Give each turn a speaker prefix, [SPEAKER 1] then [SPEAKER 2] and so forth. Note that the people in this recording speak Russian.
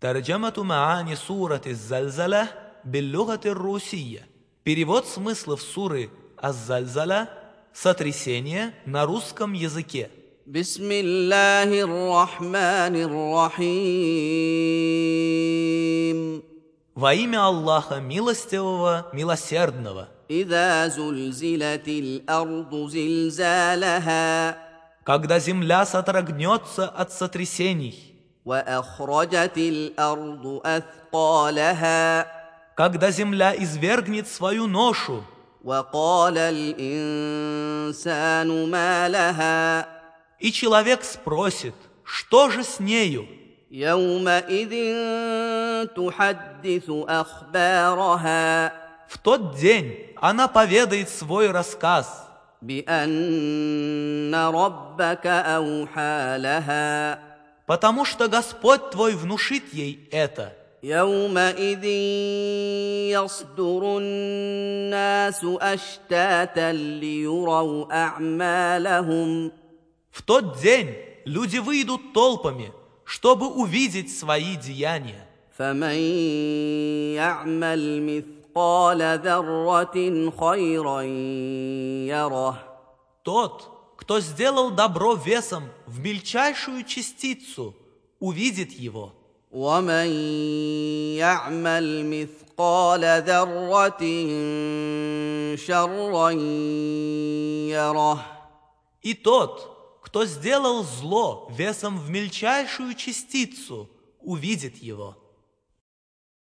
[SPEAKER 1] Тарджамату Маани Сураты Зальзаля Беллюгаты Русия. Перевод смыслов суры Аз-Зальзаля «Сотрясение» на русском языке.
[SPEAKER 2] بسم الله الرحمن الرحيم
[SPEAKER 1] Во имя Аллаха Милостивого, Милосердного.
[SPEAKER 2] إذا زلزلت الأرض زلزالها
[SPEAKER 1] Когда земля сотрогнется от сотрясений,
[SPEAKER 2] وأخرجت الأرض أثقالها
[SPEAKER 1] когда земля извергнет свою ношу,
[SPEAKER 2] وقال الإنسان ما لها
[SPEAKER 1] и человек спросит, что же с нею?
[SPEAKER 2] يومئذ تحدث أخبارها
[SPEAKER 1] В тот день она поведает свой рассказ –
[SPEAKER 2] بأن ربك أوحى لها
[SPEAKER 1] потому что Господь твой внушит ей это.
[SPEAKER 2] يومئذ يصدر الناس أشتاتا ليروا أعمالهم
[SPEAKER 1] В тот день люди выйдут толпами, чтобы увидеть свои деяния.
[SPEAKER 2] فمن يعمل مثقال ذرة خيرا يره
[SPEAKER 1] Тот, кто сделал добро весом в мельчайшую частицу, увидит его.
[SPEAKER 2] ومن يعمل مثقال ذرة شرا يره
[SPEAKER 1] И тот, кто сделал зло весом в мельчайшую частицу, увидит его.